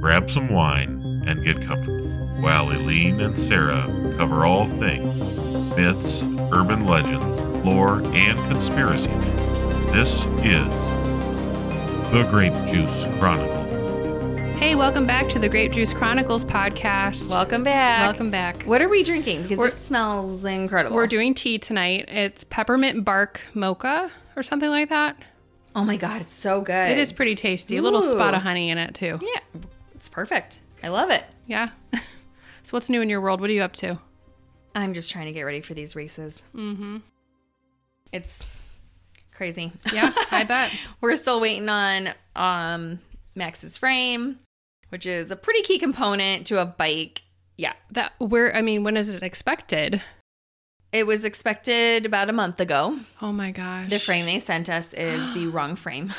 grab some wine, and get comfortable while Eileen and Sarah cover all things myths, urban legends, lore, and conspiracy. This is The Grape Juice Chronicle. Hey, welcome back to the Grape Juice Chronicles podcast. Welcome back. Welcome back. What are we drinking? Because We're- this smells incredible. We're doing tea tonight. It's peppermint bark mocha or something like that. oh my god, it's so good. It is pretty tasty. A little Ooh. spot of honey in it too. Yeah, it's perfect. I love it. Yeah. so what's new in your world? What are you up to? I'm just trying to get ready for these races. Mm-hmm. It's crazy. Yeah, I bet. We're still waiting on um, Max's frame, which is a pretty key component to a bike. Yeah, That where I mean, when is it expected? it was expected about a month ago. Oh my gosh. The frame they sent us is the wrong frame.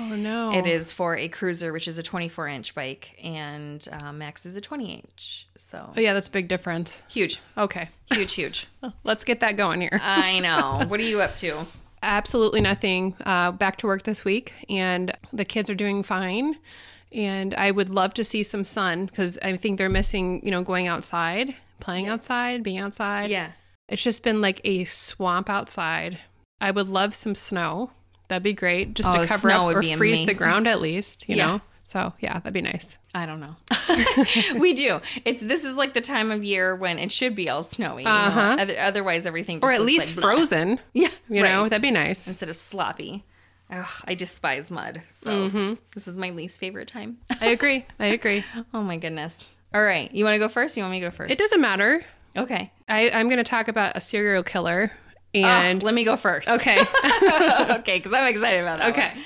Oh no. It is for a cruiser, which is a 24 inch bike, and uh, Max is a 20 inch. So Oh yeah, that's a big difference. huge, Okay. huge, huge. Let's get that going here. I know. What are you up to? Absolutely nothing. Uh, back to work this week, and the kids are doing fine. And I would love to see some sun because I think they're missing, you know, going outside, playing outside, being outside. Yeah. It's just been like a swamp outside. I would love some snow. That'd be great just Oh, to the cover snow up would or be freeze the amazing. ground at least, you Yeah. know? So, yeah, that'd be nice. I don't know. we do. It's this is like the time of year when it should be all snowy. you know? Uh-huh. Other- otherwise, everything. Just Or at looks least like blah. frozen, Yeah, you know? right. That'd be nice. instead of sloppy. Ugh, I despise mud. So Mm-hmm. this is my least favorite time. I agree. I agree. oh my goodness. All right, you want to go first? You want me to go first? It doesn't matter. okay. I, I'm going to talk about a serial killer And and. Ah, let me go first. Okay. okay, because I'm excited about that. Okay.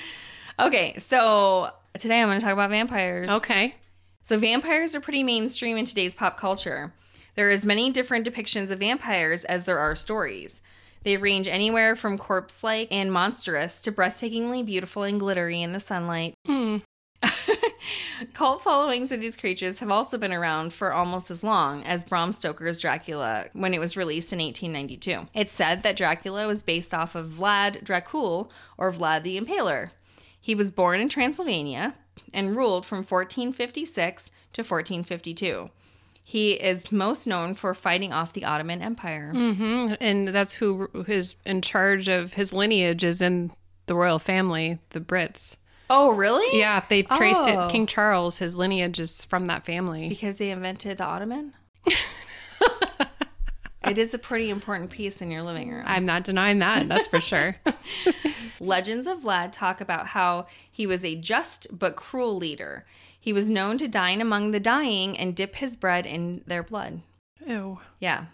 one. Okay. So today I'm going to talk about vampires. Okay. So vampires are pretty mainstream in today's pop culture. There are as many different depictions of vampires as there are stories. They range anywhere from corpse-like and monstrous to breathtakingly beautiful and glittery in the sunlight. Hmm. Cult followings of these creatures have also been around for almost as long as Bram Stoker's Dracula when it was released in 1892. It's said that Dracula was based off of Vlad Dracul or Vlad the Impaler. He was born in Transylvania and ruled from 1456 to 1452. He is most known for fighting off the Ottoman Empire. hmm And that's who is in charge of his lineage is in the royal family, the Brits. Oh, really? Yeah, if they've traced Oh. it, King Charles, his lineage is from that family. Because they invented the Ottoman? it is a pretty important piece in your living room. I'm not denying that, that's for sure. Legends of Vlad talk about how he was a just but cruel leader. He was known to dine among the dying and dip his bread in their blood. Ew. Yeah.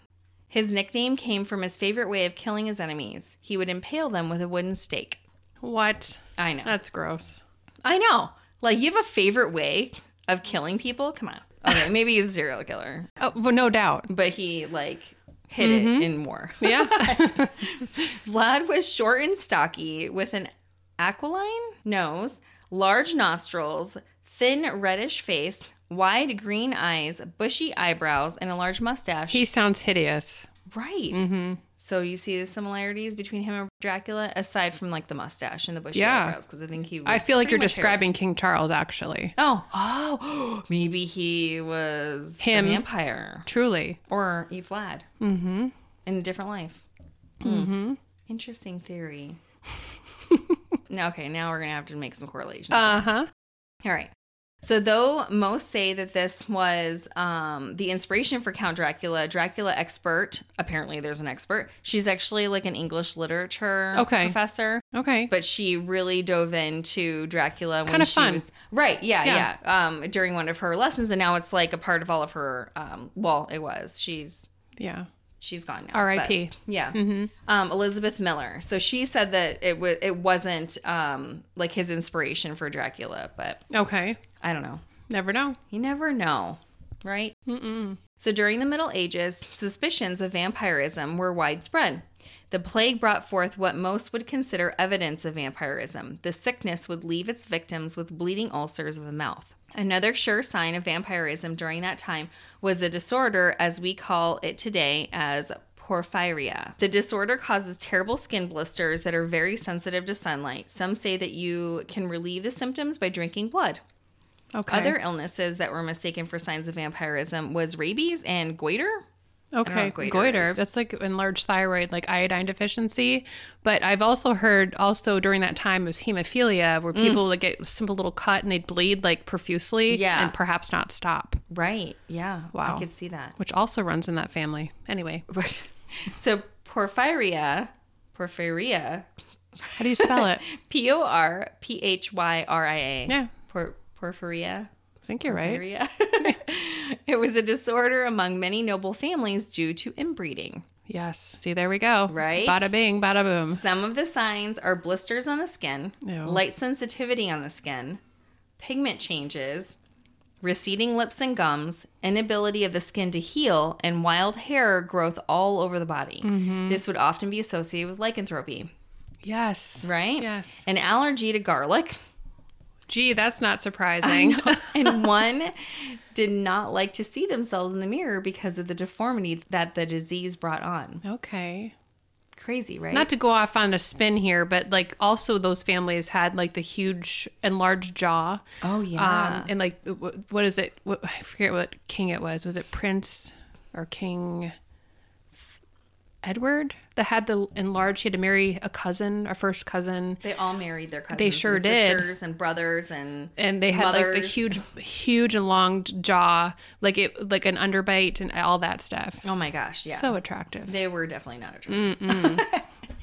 His nickname came from his favorite way of killing his enemies. He would impale them with a wooden stake. What? I know. That's gross. I know. Like, you have a favorite way of killing people? Come on. Okay, maybe he's a serial killer, Oh, well, no doubt. but he, like, hid it in war. Yeah. Vlad was short and stocky with an aquiline nose, large nostrils, thin reddish face, wide green eyes, bushy eyebrows, and a large mustache. he sounds hideous. right. Mm-hmm. So you see the similarities between him and Dracula, aside from like the mustache and the bushy Yeah. eyebrows, because I think he. Was I feel like pretty you're much describing hairless. King Charles, actually. Oh, oh, maybe he was Him. a vampire Truly. or a Vlad Mm-hmm. in a different life. Hmm. Mm-hmm. Interesting theory. now, okay, now we're gonna have to make some correlations. Uh-huh. All right. So, though most say that this was um, the inspiration for Count Dracula, Dracula expert, apparently there's an expert. She's actually like an English literature Okay. professor, Okay. but she really dove into Dracula. when Kinda she fun. was- right? Yeah, Yeah. yeah. Um, during one of her lessons, and now it's like a part of all of her. Um, well, it was. She's Yeah. she's gone now. but- R.I.P. Yeah Mm-hmm. um, Elizabeth Miller. So she said that it was it wasn't um, like his inspiration for Dracula, but Okay. I don't know. Never know. You never know, right? Mm-mm. So during the Middle Ages, suspicions of vampirism were widespread. The plague brought forth what most would consider evidence of vampirism. The sickness would leave its victims with bleeding ulcers of the mouth. Another sure sign of vampirism during that time was the disorder, as we call it today, as porphyria. The disorder causes terrible skin blisters that are very sensitive to sunlight. Some say that you can relieve the symptoms by drinking blood. Okay. Other illnesses that were mistaken for signs of vampirism was rabies and goiter. know Okay, what goiter goiter. is. That's like enlarged thyroid, like iodine deficiency. But I've also heard, also during that time, it was hemophilia, Mm. where people would get a simple little cut and they'd bleed like profusely Yeah. and perhaps not stop, Right. Yeah. Wow. I could see that. which also runs in that family. Anyway, so porphyria, porphyria, how do you spell it? P O R P H Y R I A. yeah, Por- porphyria. I think you're right. Porphyria. it was a disorder among many noble families due to inbreeding. Yes. See, there we go. Right? Bada bing, bada boom. Some of the signs are blisters on the skin, Ew. light sensitivity on the skin, pigment changes, receding lips and gums, inability of the skin to heal, and wild hair growth all over the body. Mm-hmm. This would often be associated with lycanthropy, Yes. right? Yes. An allergy to garlic, Gee, that's not surprising. and one did not like to see themselves in the mirror because of the deformity that the disease brought on. okay. Crazy, right? Not to go off on a spin here, but like also those families had like the huge enlarged jaw. oh Um, and like, wh- what is it? What, I forget what king it was. Was it Prince or King Edward that had the enlarged? He had to marry a cousin, a first cousin, they all married their cousins. They sure and did. Sisters and brothers and and they had like the Mothers. huge, huge enlarged jaw, like it, like an underbite and all that stuff. Oh my gosh, yeah. So attractive. they were definitely not attractive.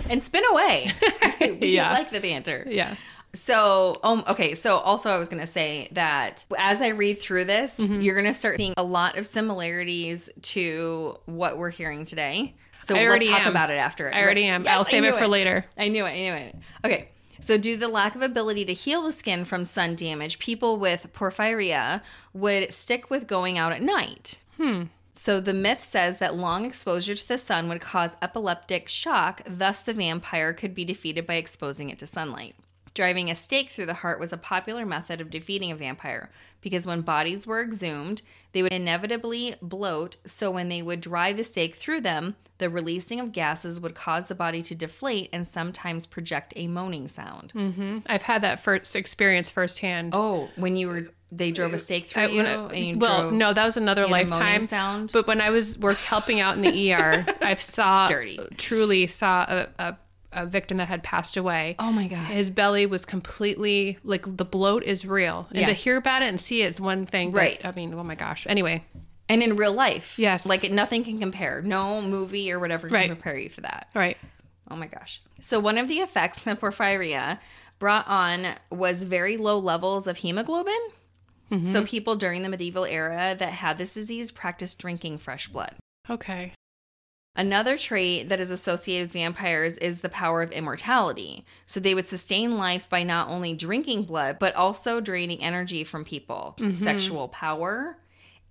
and spin away. we Yeah. like the banter. yeah. So, um, okay. So, also, I was going to say that as I read through this, Mm-hmm. you're going to start seeing a lot of similarities to what we're hearing today. So, I already let's talk am. about it after. I already am. Yes, I I'll save it knew for later. I knew it. I knew it. Okay. So, due to the lack of ability to heal the skin from sun damage, people with porphyria would stick with going out at night. Hmm. So, the myth says that long exposure to the sun would cause epileptic shock, thus, the vampire could be defeated by exposing it to sunlight. Driving a stake through the heart was a popular method of defeating a vampire because when bodies were exhumed, they would inevitably bloat. So, when they would drive the stake through them, the releasing of gases would cause the body to deflate and sometimes project a moaning sound. I've had that first experience firsthand. Oh, when you were, they drove a stake through I- you when I- and you well, drove no, that was another in a moaning lifetime. sound. But when I was work helping out in the ER, I saw It's dirty. truly saw a, a, a victim that had passed away. Oh my God. His belly was completely like the bloat is real, and Yeah. to hear about it and see it is one thing. but, Right. I mean, oh my gosh. Anyway, and in real life, Yes. like nothing can compare. No movie or whatever Right. can prepare you for that. all right. Oh my gosh. So, one of the effects of porphyria brought on was very low levels of hemoglobin. Mm-hmm. So, people during the medieval era that had this disease practiced drinking fresh blood. Okay. Another trait that is associated with vampires is the power of immortality. So they would sustain life by not only drinking blood, but also draining energy from people, Mm-hmm. sexual power,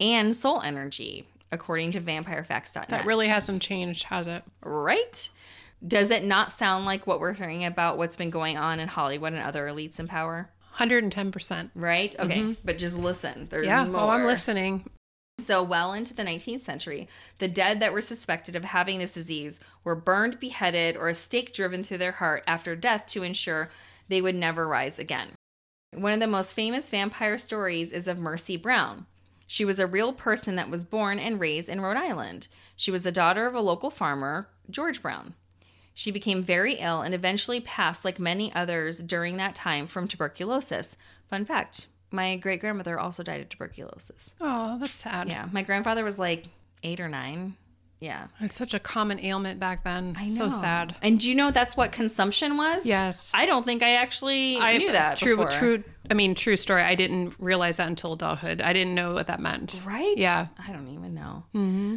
and soul energy, according to vampirefacts.net. That really hasn't changed, has it? right? Does it not sound like what we're hearing about what's been going on in Hollywood and other elites in power? 110%. Right? Okay, but just listen. There's Mm-hmm. yeah. more. Oh, I'm listening. So, well into the 19th century, the dead that were suspected of having this disease were burned, beheaded, or a stake driven through their heart after death to ensure they would never rise again. One of the most famous vampire stories is of Mercy Brown. She was a real person that was born and raised in Rhode Island. She was the daughter of a local farmer, George Brown. She became very ill and eventually passed, like many others during that time, from tuberculosis. Fun fact my great grandmother also died of tuberculosis. Oh, that's sad. Yeah, my grandfather was like eight or nine. Yeah, It's such a common ailment back then. I So know. sad. And do you know that's what consumption was? Yes. I don't think I actually I knew that. True, before. true. I mean, true story. I didn't realize that until adulthood. I didn't know what that meant. Right? Yeah. I don't even know. Mm-hmm.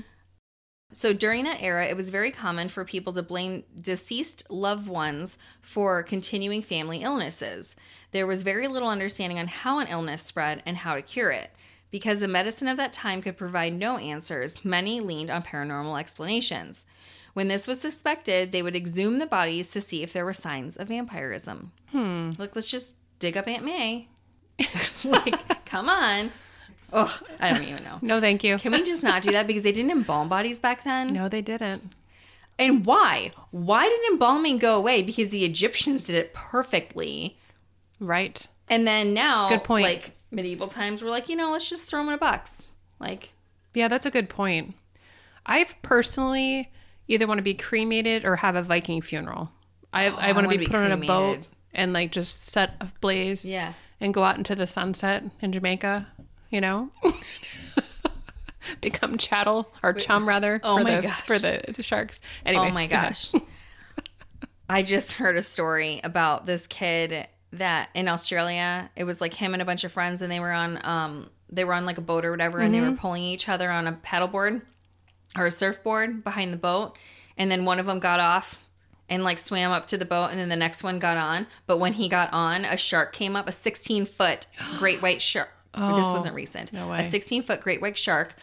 So during that era, it was very common for people to blame deceased loved ones for continuing family illnesses. There was very little understanding on how an illness spread and how to cure it. Because the medicine of that time could provide no answers, many leaned on paranormal explanations. When this was suspected, they would exhume the bodies to see if there were signs of vampirism. Hmm. Look, let's just dig up Aunt May. like, come on. Oh, I don't even know. No, thank you. Can we just not do that because they didn't embalm bodies back then? No, they didn't. And why? Why did embalming go away? Because the Egyptians did it perfectly. Right. And then now Good point. like medieval times were like, you know, let's just throw them in a box. Like, Yeah, that's a good point. I've personally either want to be cremated or have a Viking funeral. I, I want Oh, wanna to be, be put on a boat cremated. and like just set ablaze yeah. and go out into the sunset in Jamaica, you know? Become chattel or chum rather Oh for, my the, gosh. for the sharks. Anyway, oh my go ahead. gosh. I just heard a story about this kid that in Australia, it was like him and a bunch of friends and they were on um they were on like a boat or whatever and they Mm-hmm. were pulling each other on a paddleboard or a surfboard behind the boat and then one of them got off and like swam up to the boat and then the next one got on but when he got on a shark came up a 16 foot great white shark this Oh, wasn't recent no a way. 16 foot great white shark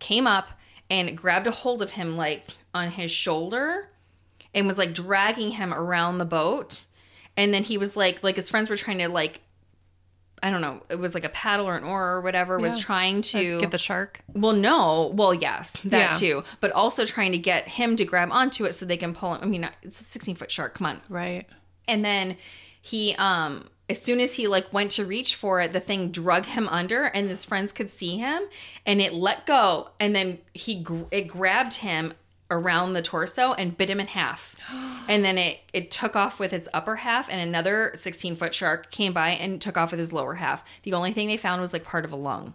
came up and grabbed a hold of him like on his shoulder and was like dragging him around the boat and then he was like like his friends were trying to like i don't know it was like a paddle or an oar or whatever was Yeah. trying to Get the shark. well no well yes that Yeah. too but also trying to get him to grab onto it so they can pull him i mean it's a 16 foot shark come on Right. and then he um as soon as he like went to reach for it the thing drug him under and his friends could see him and it let go and then he gr- it grabbed him around the torso and bit him in half and then it it took off with its upper half and another 16 foot shark came by and took off with his lower half the only thing they found was like part of a lung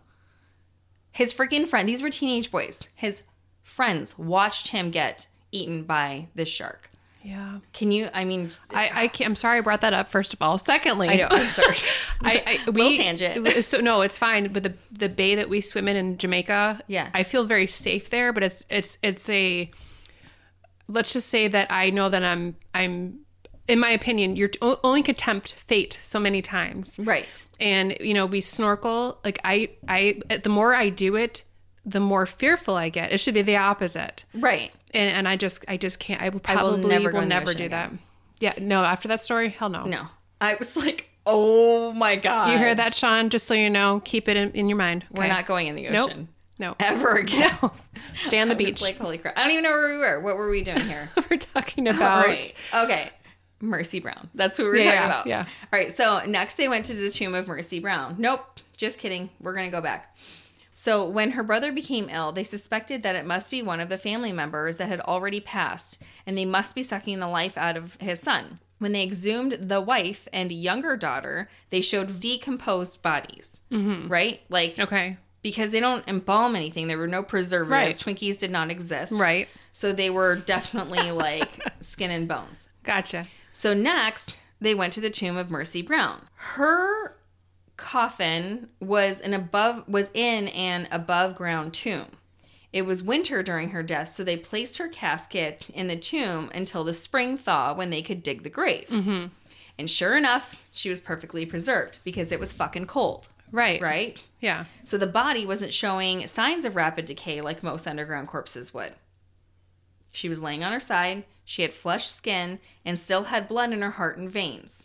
his freaking friend these were teenage boys his friends watched him get eaten by this shark Yeah. can you i mean I, I can't, I'm sorry I brought that up, first of all. Secondly, I know. I'm sorry. I, I we, Little tangent. it was- So no, it's fine. But the the bay that we swim in in Jamaica, Yeah. I feel very safe there. But it's it's it's a. Let's just say that I know that I'm I'm, in my opinion, you're o- only contempt fate so many times, right. and you know we snorkel. Like I I the more I do it, the more fearful I get. It should be the opposite Right. and, and I just I just can't. I would I will probably will never never, go in the ocean do that. Yeah, no. After that story, hell no. No. I was like, oh my God. You hear that, Sean? Just so you know, keep it in, in your mind. We're okay? not going in the Nope. ocean No, ever again. stay on the I was beach. like, holy crap. I don't even know where we were. What were we doing here? We're talking All about. right. Okay. Mercy Brown. That's what we were Oh, Yeah, talking yeah, about. yeah. All right. So next they went to the tomb of Mercy Brown. Nope. Just kidding. We're going to go back. So when her brother became ill, they suspected that it must be one of the family members that had already passed, and they must be sucking the life out of his son. When they exhumed the wife and younger daughter, they showed decomposed bodies. Right? Like Mm-hmm. Okay. because they don't embalm anything. There were no preservatives. Right. Twinkies did not exist. Right. So they were definitely like skin and bones. Gotcha. So next, they went to the tomb of Mercy Brown. Her coffin was an above was in an above ground tomb. It was winter during her death, so they placed her casket in the tomb until the spring thaw when they could dig the grave. And sure enough, she was perfectly preserved because it was fucking cold, Right. right? Yeah. So the body wasn't showing signs of rapid decay like most underground corpses would. She was laying on her side, she had flushed skin, and still had blood in her heart and veins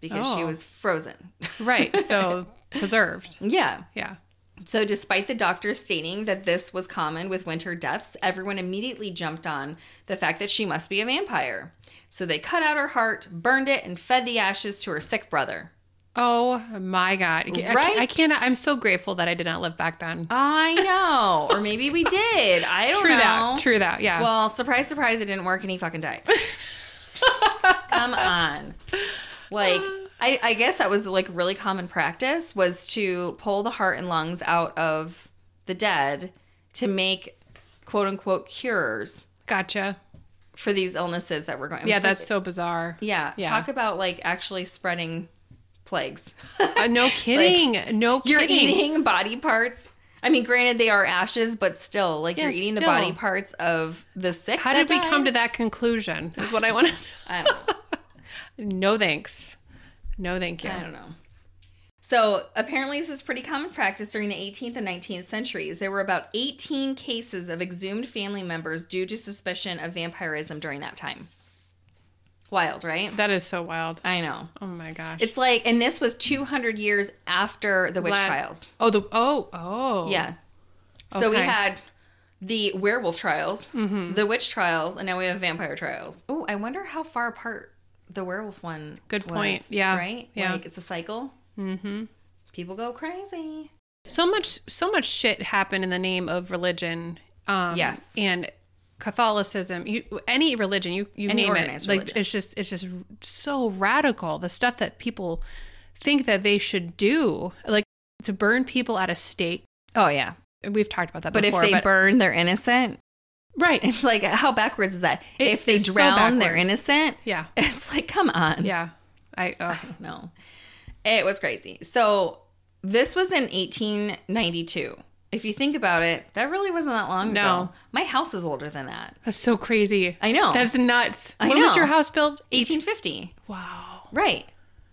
because she Oh. was frozen. Right. So preserved. yeah. Yeah. So, despite the doctors stating that this was common with winter deaths, everyone immediately jumped on the fact that she must be a vampire. So, they cut out her heart, burned it, and fed the ashes to her sick brother. Oh my God. I can't- Right? I cannot. I'm so grateful that I did not live back then. I know. or maybe we did. I don't True know. that. True that. Yeah. Well, surprise, surprise, it didn't work and he fucking died. Come on. Like, I, I guess that was like really common practice was to pull the heart and lungs out of the dead to make quote unquote cures gotcha. for these illnesses that were going. Yeah. it's That's like, so bizarre. yeah, yeah. Talk about like actually spreading plagues. Uh, no kidding. no kidding. you're eating body parts. I mean, granted, they are ashes, but still, like Yeah, you're eating the still. body parts of the sick. How that did we come died? to that conclusion? Is what I want to know. I don't know. No thanks. No thank you. I don't know. So apparently, this is pretty common practice during the 18th and 19th centuries. There were about 18 cases of exhumed family members due to suspicion of vampirism during that time. Wild, right? That is so wild. I know. Oh my gosh. It's like, and this was 200 years after the witch La- trials. oh the oh oh Yeah. So we Okay. had the werewolf trials, the witch trials, and now we have vampire trials. Oh, Mm-hmm. I wonder how far apart the werewolf one. Good was, point. Yeah. Right. Yeah. Like it's a cycle. Mm-hmm. people go crazy. So much, so much shit happened in the name of religion. Um, Yes. and Catholicism, you, any religion, you you Any name it, organized like religion. it's just it's just so radical. The stuff that people think that they should do, like to burn people at a stake. Oh yeah. We've talked about that But before. if they burn, they're innocent. right, It's like how backwards is that? It- if they it's so drown, they're backwards. innocent. yeah, It's like come on. yeah, I uh, No. It was crazy. So this was in 1892. If you think about it, that really wasn't that long No. ago. My house is older than that. that's so crazy. I know. That's nuts. I when was know. your house built? 1850. Wow. Right.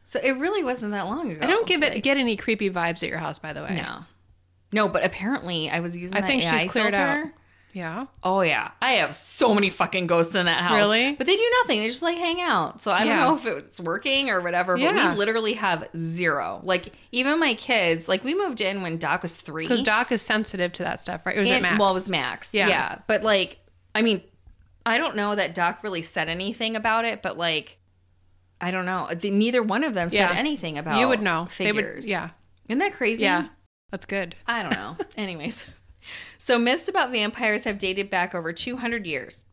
So it really wasn't that long ago. I don't give it Like, get any creepy vibes at your house, by the way. No. No, but apparently I was using I that think she's AI cleared filter. out. Yeah. Oh yeah, I have so many fucking ghosts in that house. Really? But they do nothing. They just like hang out. So I Yeah. don't know if it's working or whatever. But Yeah. we literally have zero. Like even my kids. Like we moved in when Doc was three. Because Doc is sensitive to that stuff, right? Or was it And- Max? Well, it was Max. Yeah. Yeah. But like, I mean, I don't know that Doc really said anything about it. But like, I don't know. The- neither one of them said Yeah. anything about. you would know. Figures. They would, yeah. Isn't that crazy? Yeah. That's good. I don't know. Anyways, so myths about vampires have dated back over 200 years.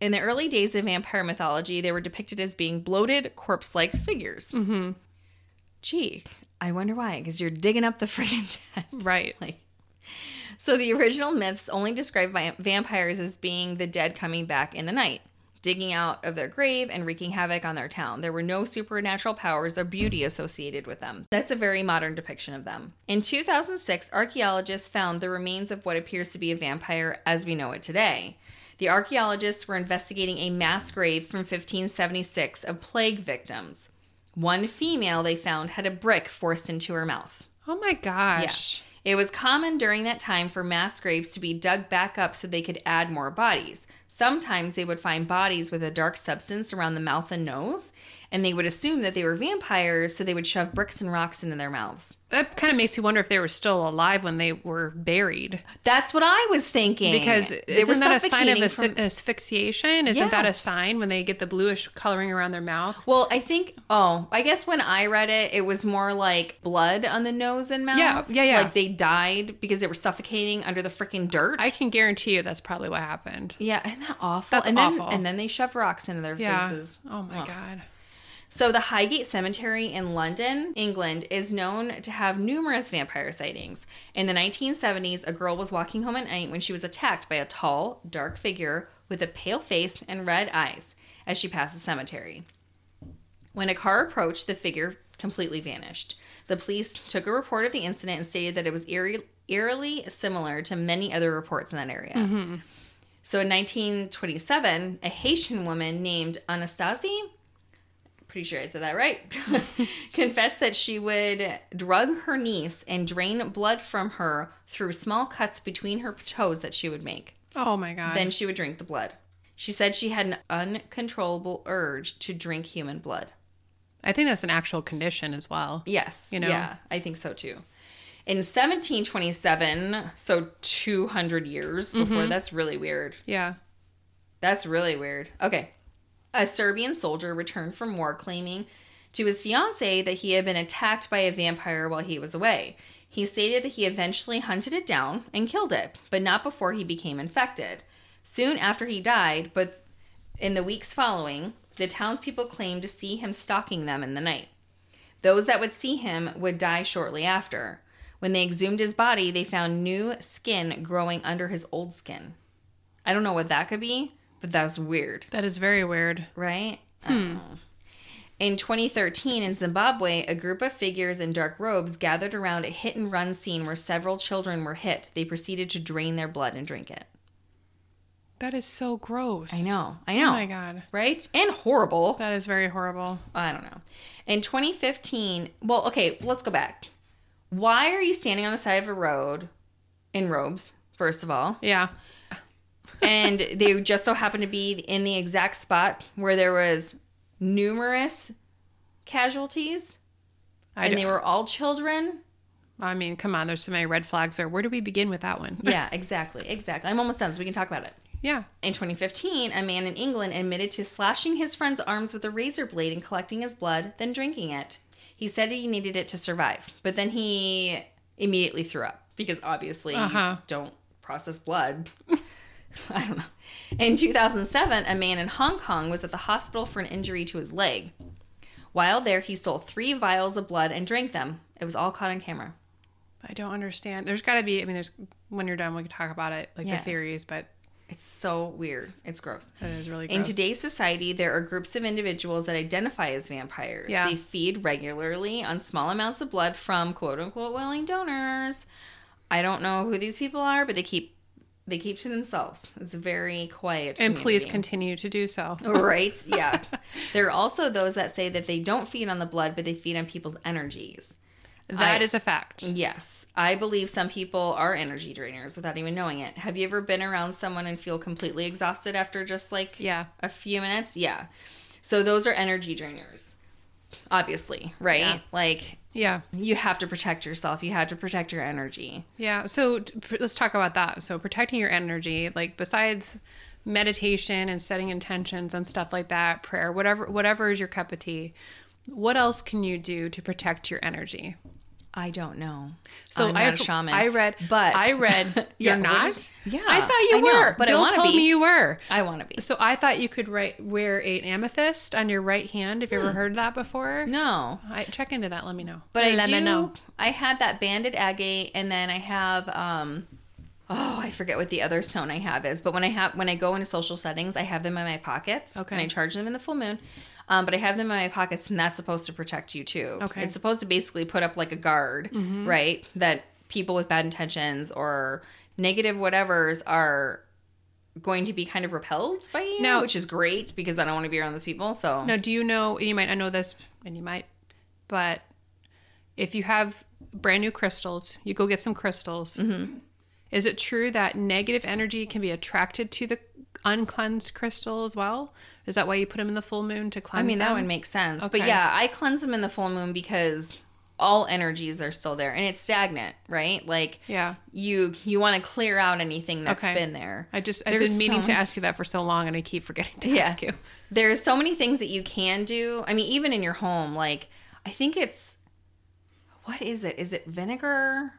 In the early days of vampire mythology, they were depicted as being bloated, corpse like figures. Mm-hmm. Gee, I wonder why, because you're digging up the freaking dead. Right. Like, so the original myths only describe vi- vampires as being the dead coming back in the night, digging out of their grave and wreaking havoc on their town. There were no supernatural powers or beauty associated with them. That's a very modern depiction of them. In 2006, archaeologists found the remains of what appears to be a vampire as we know it today. The archaeologists were investigating a mass grave from 1576 of plague victims. One female they found had a brick forced into her mouth. Oh my gosh. It was common during that time for mass graves to be dug back up so they could add more bodies. Sometimes they would find bodies with a dark substance around the mouth and nose, and they would assume that they were vampires, so they would shove bricks and rocks into their mouths. That kind of makes you wonder if they were still alive when they were buried. That's what I was thinking. Because isn't that a sign of suffocating as- from- asphyxiation? Isn't that Yeah. a sign when they get the bluish coloring around their mouth? Well, I think. Oh, I guess when I read it, it was more like blood on the nose and mouth. Yeah, yeah, yeah. Like they died because they were suffocating under the freaking dirt. I can guarantee you that's probably what happened. yeah, isn't that awful? That's and awful. Then, and then they shoved rocks into their Yeah. faces. Oh my Ugh. God. So, the Highgate Cemetery in London, England, is known to have numerous vampire sightings. In the 1970s, a girl was walking home at night when she was attacked by a tall, dark figure with a pale face and red eyes as she passed the cemetery. When a car approached, the figure completely vanished. The police took a report of the incident and stated that it was eerie, eerily similar to many other reports in that area. So, in 1927, a Haitian woman named Anastasie pretty sure I said that right, confessed that she would drug her niece and drain blood from her through small cuts between her toes that she would make. Oh my God. Then she would drink the blood. She said she had an uncontrollable urge to drink human blood. I think that's an actual condition as well. Yes. You know? Yeah, I think so too. In 1727, so 200 years before, Mm-hmm. that's really weird. Yeah. That's really weird. Okay. A Serbian soldier returned from war claiming to his fiancee that he had been attacked by a vampire while he was away. He stated that he eventually hunted it down and killed it, but not before he became infected. Soon after he died, but in the weeks following, the townspeople claimed to see him stalking them in the night. Those that would see him would die shortly after. When they exhumed his body, they found new skin growing under his old skin. I don't know what that could be, but that's weird, That is very weird. right? Hmm. I don't know. In 2013, in Zimbabwe, a group of figures in dark robes gathered around a hit and run scene where several children were hit. They proceeded to drain their blood and drink it. That is so gross. I know, I Oh know, my God. right? And horrible. That is very horrible. I don't know. In 2015, well, okay, let's go back. Why are you standing on the side of a road in robes, first of all? Yeah. And they just so happened to be in the exact spot where there was numerous casualties I, and d- they were all children. I mean, come on. There's so many red flags there. Where do we begin with that one? Yeah, exactly. Exactly. I'm almost done, so we can talk about it. Yeah. In 2015, a man in England admitted to slashing his friend's arms with a razor blade and collecting his blood, then drinking it. He He said he needed it to survive, but then he immediately threw up because obviously Uh-huh. you don't process blood. I don't know. In 2007, a man in Hong Kong was at the hospital for an injury to his leg. While there, he stole three vials of blood and drank them. It was all caught on camera. I don't understand. There's got to be. I mean, there's when you're done, we can talk about it, like Yeah. the theories, but It's so weird. It's gross. that is really gross. In today's society, there are groups of individuals that identify as vampires. Yeah. They feed regularly on small amounts of blood from quote unquote willing donors. I don't know who these people are, but they keep they keep to themselves. It's a very quiet. and please community. continue to do so. right? Yeah. there are also those that say that they don't feed on the blood, but they feed on people's energies. That I- Mm. is a fact. Yes, I believe some people are energy drainers without even knowing it. Have you ever been around someone and feel completely exhausted after just like Yeah. a few minutes? Yeah. So those are energy drainers. Obviously, right? Yeah. Like Yeah. you have to protect yourself. You have to protect your energy. Yeah. So t- pr- let's talk about that. So protecting your energy, like besides meditation and setting intentions and stuff like that, prayer, whatever, whatever is your cup of tea. What else can you do to protect your energy? I don't know. So I'm I- not a shaman. I read- but I read you're Yeah, what not. is- yeah, I thought you I know, were, but I Bill wanna told be. me you were. I want to be. So I thought you could write, wear an amethyst on your right hand. Have you ever heard that before? Hmm. No, I check into that. Let me know. But I let do. me know. I had that banded agate, and then I have um, oh, I forget what the other stone I have is. But when I have when I go into social settings, I have them in my pockets. Okay. And I charge them in the full moon. Um, but I have them in my pockets, and that's supposed to protect you too. Okay. Mm-hmm. It's supposed to basically put up like a guard, right? That people with bad intentions or negative whatevers are going to be kind of repelled by you, Now- which is great because I don't want to be around those people. So Now, do you know? And you might not know this, and you might, but if you have brand new crystals, you go get some crystals. Mm-hmm. Is it true that negative energy can be attracted to the uncleansed crystal as well? Is that why you put them in the full moon to I cleanse? mean, that them? would make sense. But Okay. yeah, I cleanse them in the full moon because all energies are still there and it's stagnant, right? Like Yeah, you you want to clear out anything that's Okay. been there. I just I've There's been meaning so to many- ask you that for so long, and I keep forgetting to Yeah. ask you. There's so many things that you can do. I mean, even in your home, like I think it's what is it? Is it vinegar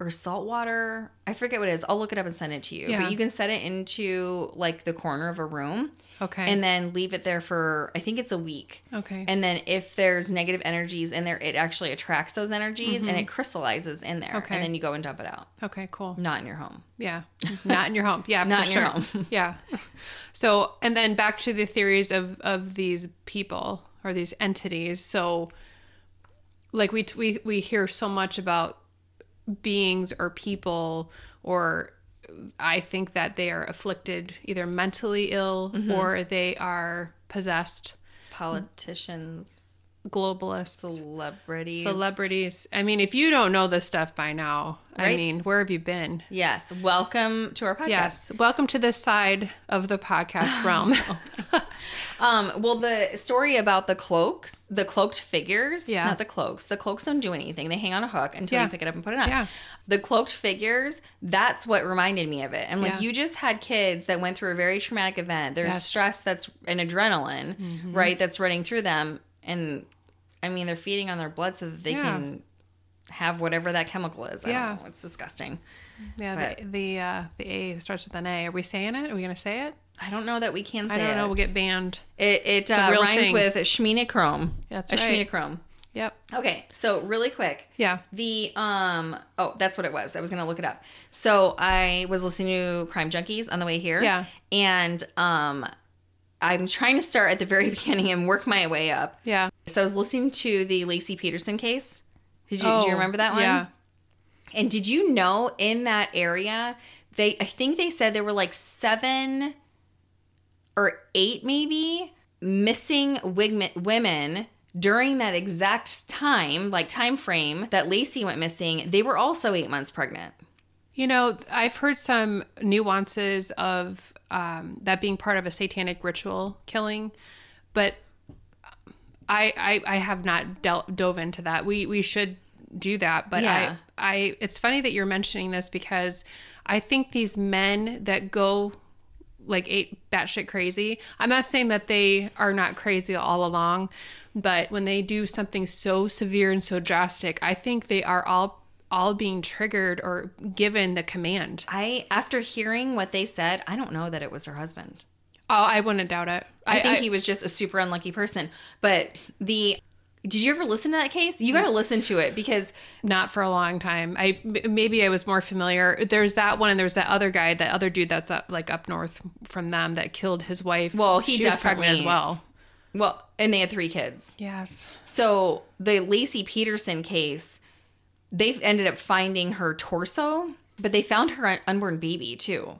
or salt water? I forget what it is. I'll look it up and send it to you. Yeah. But you can set it into like the corner of a room Okay. and then leave it there for I think it's a week. okay. And then if there's negative energies in there, it actually attracts those energies and it crystallizes in there. Mm-hmm. Okay. And then you go and dump it out. okay. Cool. Not in your home. Yeah. Not in your home. Yeah, for Not in sure. your home. yeah. So, and then back to the theories of of these people or these entities. So like we we we hear so much about beings or people or I think that they are afflicted either mentally ill Mm-hmm. or they are possessed Politicians, globalists celebrities. celebrities i mean if you don't know this stuff by now i Right. mean where have you been Yes. Welcome to our podcast. Yes. Welcome to this side of the podcast realm. Um, well, the story about the cloaks, the cloaked figures, Yeah. not the cloaks. The cloaks don't do anything. They hang on a hook until Yeah. you pick it up and put it on. Yeah. The cloaked figures, that's what reminded me of it. I'm like, Yeah. you just had kids that went through a very traumatic event. There's Yes. Mm-hmm. stress that's an adrenaline, right? That's running through them. And I mean, they're feeding on their blood so that they Yeah. can have whatever that chemical is. I Yeah. don't know. It's disgusting. yeah, the the, uh, the A starts with an A. Are we saying it? Are we gonna say it? I don't know that we can say I don't it. know. We'll get banned. It, it a uh, real rhymes thing. with Sheminachrome. That's a right. Sheminachrome. Yep. Okay, so really quick. Yeah. The um oh that's what it was. I was gonna look it up. So I was listening to Crime Junkies on the way here. Yeah. And um I'm trying to start at the very beginning and work my way up. Yeah. So I was listening to the Lacey Peterson case. Did you do Oh, you remember that one? Yeah. And did you know in that area they I think they said there were like seven or eight maybe missing wigme- women during that exact time, like time frame that Lacey went missing. They were also eight months pregnant. You know, I've heard some nuances of um, that being part of a satanic ritual killing, but I I, I have not dealt, dove into that. We we should do that, but Yeah. I I it's funny that you're mentioning this because I think these men that go like eight batshit crazy. I'm not saying that they are not crazy all along, but when they do something so severe and so drastic, I think they are all all being triggered or given the command. I after hearing what they said, I don't know that it was her husband. Oh, I wouldn't doubt it. I, think he was just a super unlucky person. But the did you ever listen to that case? You got to listen to it because not for a long time. I m- maybe I was more familiar. There's that one, and there's that other guy, that other dude that's up like up north from them that killed his wife. Well, he she was pregnant as definitely- well. well, and they had three kids. Yes. So the Lacey Peterson case, they ended up finding her torso, but they found her un- unborn baby too.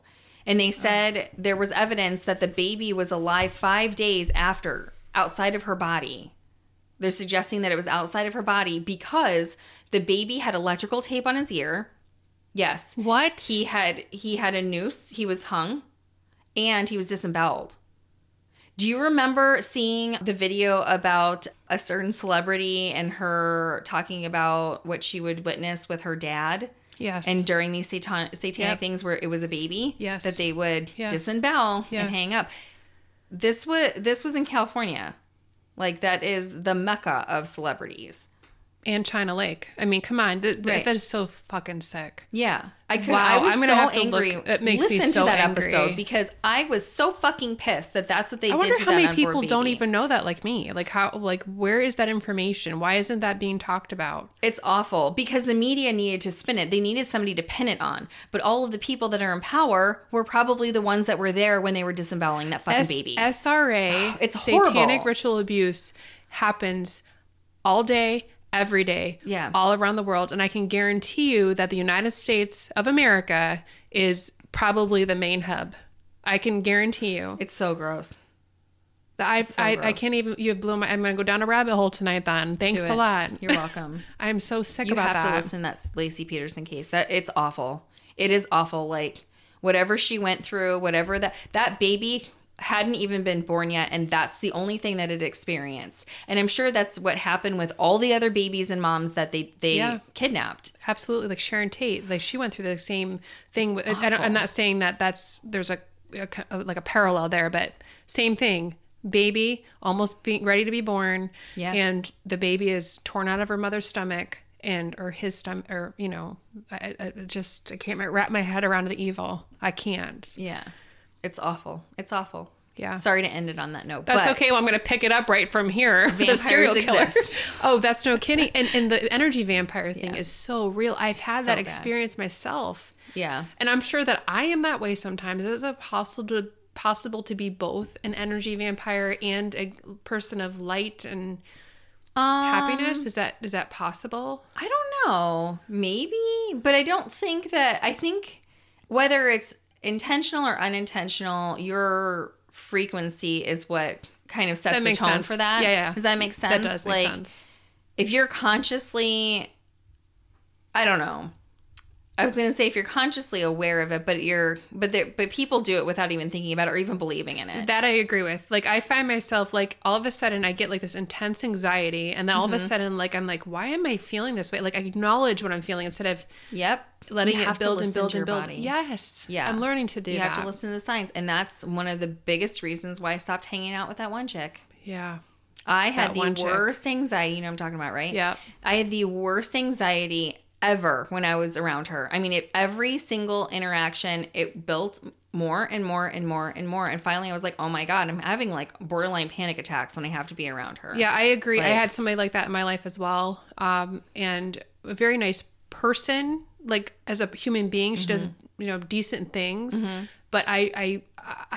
And they said there was evidence that the baby was alive five days after, outside of her body. They're suggesting that it was outside of her body because the baby had electrical tape on his ear. Yes. What? He had he had a noose. He was hung, and he was disemboweled. Do you remember seeing the video about a certain celebrity and her talking about what she would witness with her dad? yes. And during these satan- satanic Yep. things where it was a baby Yes. that they would Yes. disembowel Yes. and hang up. This was this was in California. Like that is the mecca of celebrities. and China Lake. I mean, come on, th- th- Right. that is so fucking sick. Yeah, I could. Wow, I was I'm so gonna have to angry. look- it makes me Listen so to that angry. episode because I was so fucking pissed that that's what they I did wonder to how that many unborn people don't baby. even know that, like me. Like how, like where is that information? Why isn't that being talked about? It's awful because the media needed to spin it. They needed somebody to pin it on. But all of the people that are in power were probably the ones that were there when they were disemboweling that fucking S- baby. SRA, It's satanic horrible. ritual abuse happens all day, every day, Yeah. all around the world, and I can guarantee you that the United States of America is probably the main hub. I can guarantee you. it's so gross. I, so I, I gross. can't even. You blew my. I'm gonna go down a rabbit hole tonight. Then thanks Do a it. lot. You're welcome. I'm so sick you about have that. to listen to that Lacey Peterson case. That it's awful. It is awful. Like whatever she went through, whatever that that baby hadn't even been born yet, and that's the only thing that it experienced. And I'm sure that's what happened with all the other babies and moms that they they Yeah. kidnapped. absolutely like sharon tate like she went through the same thing with, I don't, awful. i'm not saying that that's there's a, a co- like a parallel there but same thing baby almost being ready to be born Yeah. and the baby is torn out of her mother's stomach and or his stomach or you know I, I I just i can't wrap my head around the evil i can't Yeah, it's awful. It's awful. yeah Sorry to end it on that note. that's but okay. Well, I'm going to pick it up right from here. Vampires killer. exist. Oh, that's no kidding. And and the energy vampire thing Yeah. is so real. I've had So that bad. experience myself. Yeah. And I'm sure that I am that way sometimes. Is it possible to possible to be both an energy vampire and a person of light and Um, Um, happiness? Is that is that possible? I don't know. Maybe, but I don't think that I think whether it's intentional or unintentional, your frequency is what kind of sets That the makes tone sense. for that. Yeah, yeah. Does that make sense? that does like make sense. if you're consciously I don't know. I was going to say if you're consciously aware of it, but you're but there, but people do it without even thinking about it or even believing in it. That I agree with. Like I find myself like all of a sudden I get like this intense anxiety and then all Mm-hmm. of a sudden like I'm like, why am I feeling this way? Like I acknowledge what I'm feeling instead of yep. letting You it have to build and listen build to and your build. body. Yes. Yeah. I'm learning to do You that. have to listen to the signs, and that's one of the biggest reasons why I stopped hanging out with that one chick. Yeah. I had That the one chick. worst anxiety. You know what I'm talking about, right? Yep. I had the worst anxiety ever when I was around her. I mean, it, every single interaction, it built more and more and more and more. And finally, I was like, oh my God, I'm having like borderline panic attacks when I have to be around her. Yeah, I agree. I Like- had somebody like that in my life as well. Um, and a very nice person, like as a human being, she does Mm-hmm. you know decent things. But I, I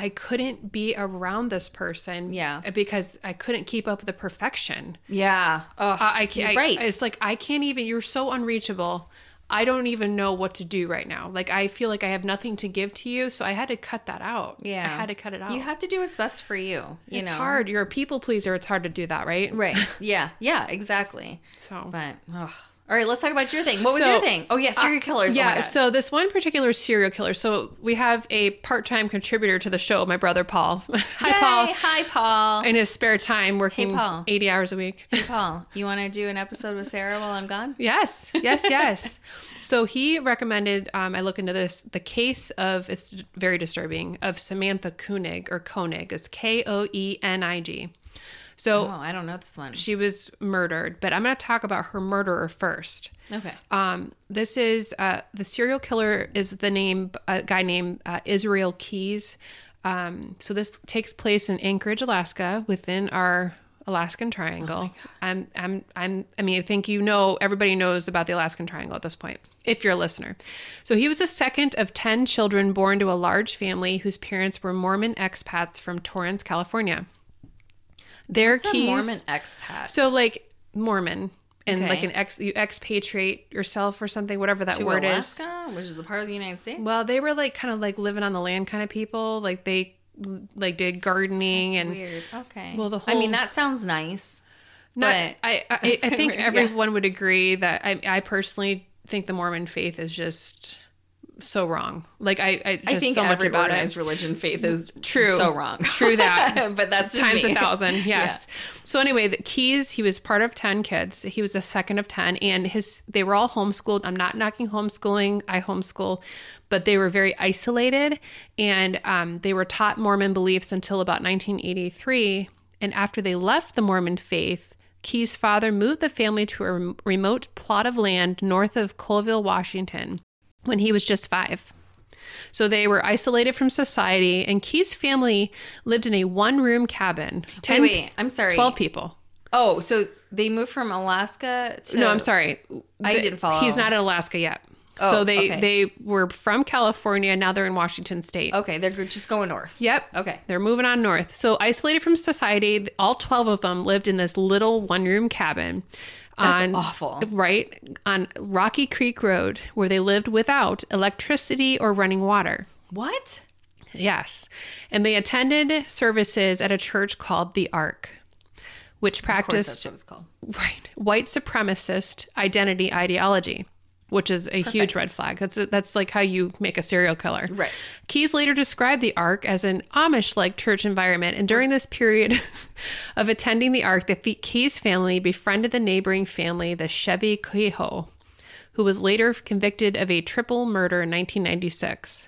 I couldn't be around this person, Yeah. because I couldn't keep up with the perfection. Yeah. Ugh, I, I can't. You're right. I, it's like I can't even. You're so unreachable. I don't even know what to do right now. Like I feel like I have nothing to give to you, so I had to cut that out. yeah. I had to cut it out. You have to do what's best for you. You it's know? hard. You're a people pleaser. It's hard to do that, right? Right. Yeah. Yeah. Exactly. So But ugh, All right, let's talk about your thing. What was So- your thing? Oh yeah, serial killers. oh my Yeah, God. so this one particular serial killer. So we have a part-time contributor to the show, my brother Paul. Hi, Yay, Paul. Hi Paul. In his spare time, working Paul. eighty hours a week. Hey, Paul, you want to do an episode with Sarah while I'm gone? Yes, yes, yes. so he recommended um, I look into this the case of it's very disturbing of Samantha Koenig or Koenig. It's K O E N I G. So Oh, I don't know this one. she was murdered, but I'm going to talk about her murderer first. Okay. Um, this is uh, the serial killer is the name a guy named uh, Israel Keys. Um, so this takes place in Anchorage, Alaska, within our Alaskan Oh Triangle. I'm, I'm, I'm. I mean, I think you know everybody knows about the Alaskan Triangle at this point, if you're a listener. So he was the second of ten children born to a large family whose parents were Mormon expats from Torrance, California. Their It's a Keys, Mormon expat. so like Mormon and like Okay. an ex you expatriate yourself or something, whatever that to word is. Alaska, which is a part of the United States. Well, they were like kind of like living on the land kind of people. Like they like did gardening It's and weird. Okay. Well, the I whole- mean, that sounds nice. not. but- I I, I That's think weird, yeah. everyone would agree that I I personally think the Mormon faith is just so wrong. Like I I, just I think so much every about it. organized religion faith is True. So wrong. True that. but that's just times me. a thousand. Yes. So anyway, the Keys, he was part of 10 kids. He was the second of 10 and his they were all homeschooled. I'm not knocking homeschooling. I homeschool, but they were very isolated and um, they were taught Mormon beliefs until about 1983 and after they left the Mormon faith, Key's father moved the family to a rem- remote plot of land north of Colville, Washington when he was just 5. So they were isolated from society, and Key's family lived in a one room cabin. 10, wait, wait, I'm sorry. 12 people. Oh, so they moved from Alaska to no, I'm sorry. I The- didn't follow. He's not in Alaska yet. Oh, so they, okay. they were from California. Now they're in Washington state. Okay, they're just going north. Yep. Oh, Okay. They're moving on north. So isolated from society, all 12 of them lived in this little one room cabin. That's on, awful. Right on Rocky Creek Road, where they lived without electricity or running water. What? Yes. And they attended services at a church called the Ark, which Of course, that's practiced what it's called. right, white supremacist identity ideology, which is a huge red flag. That's that's like how you make a serial killer. Right. Keyes later described the Ark as an Amish-like church environment, and during this period of attending the Ark, the Fe- Keyes family befriended the neighboring family, the Chevy Kehoe, who was later convicted of a triple murder in 1996.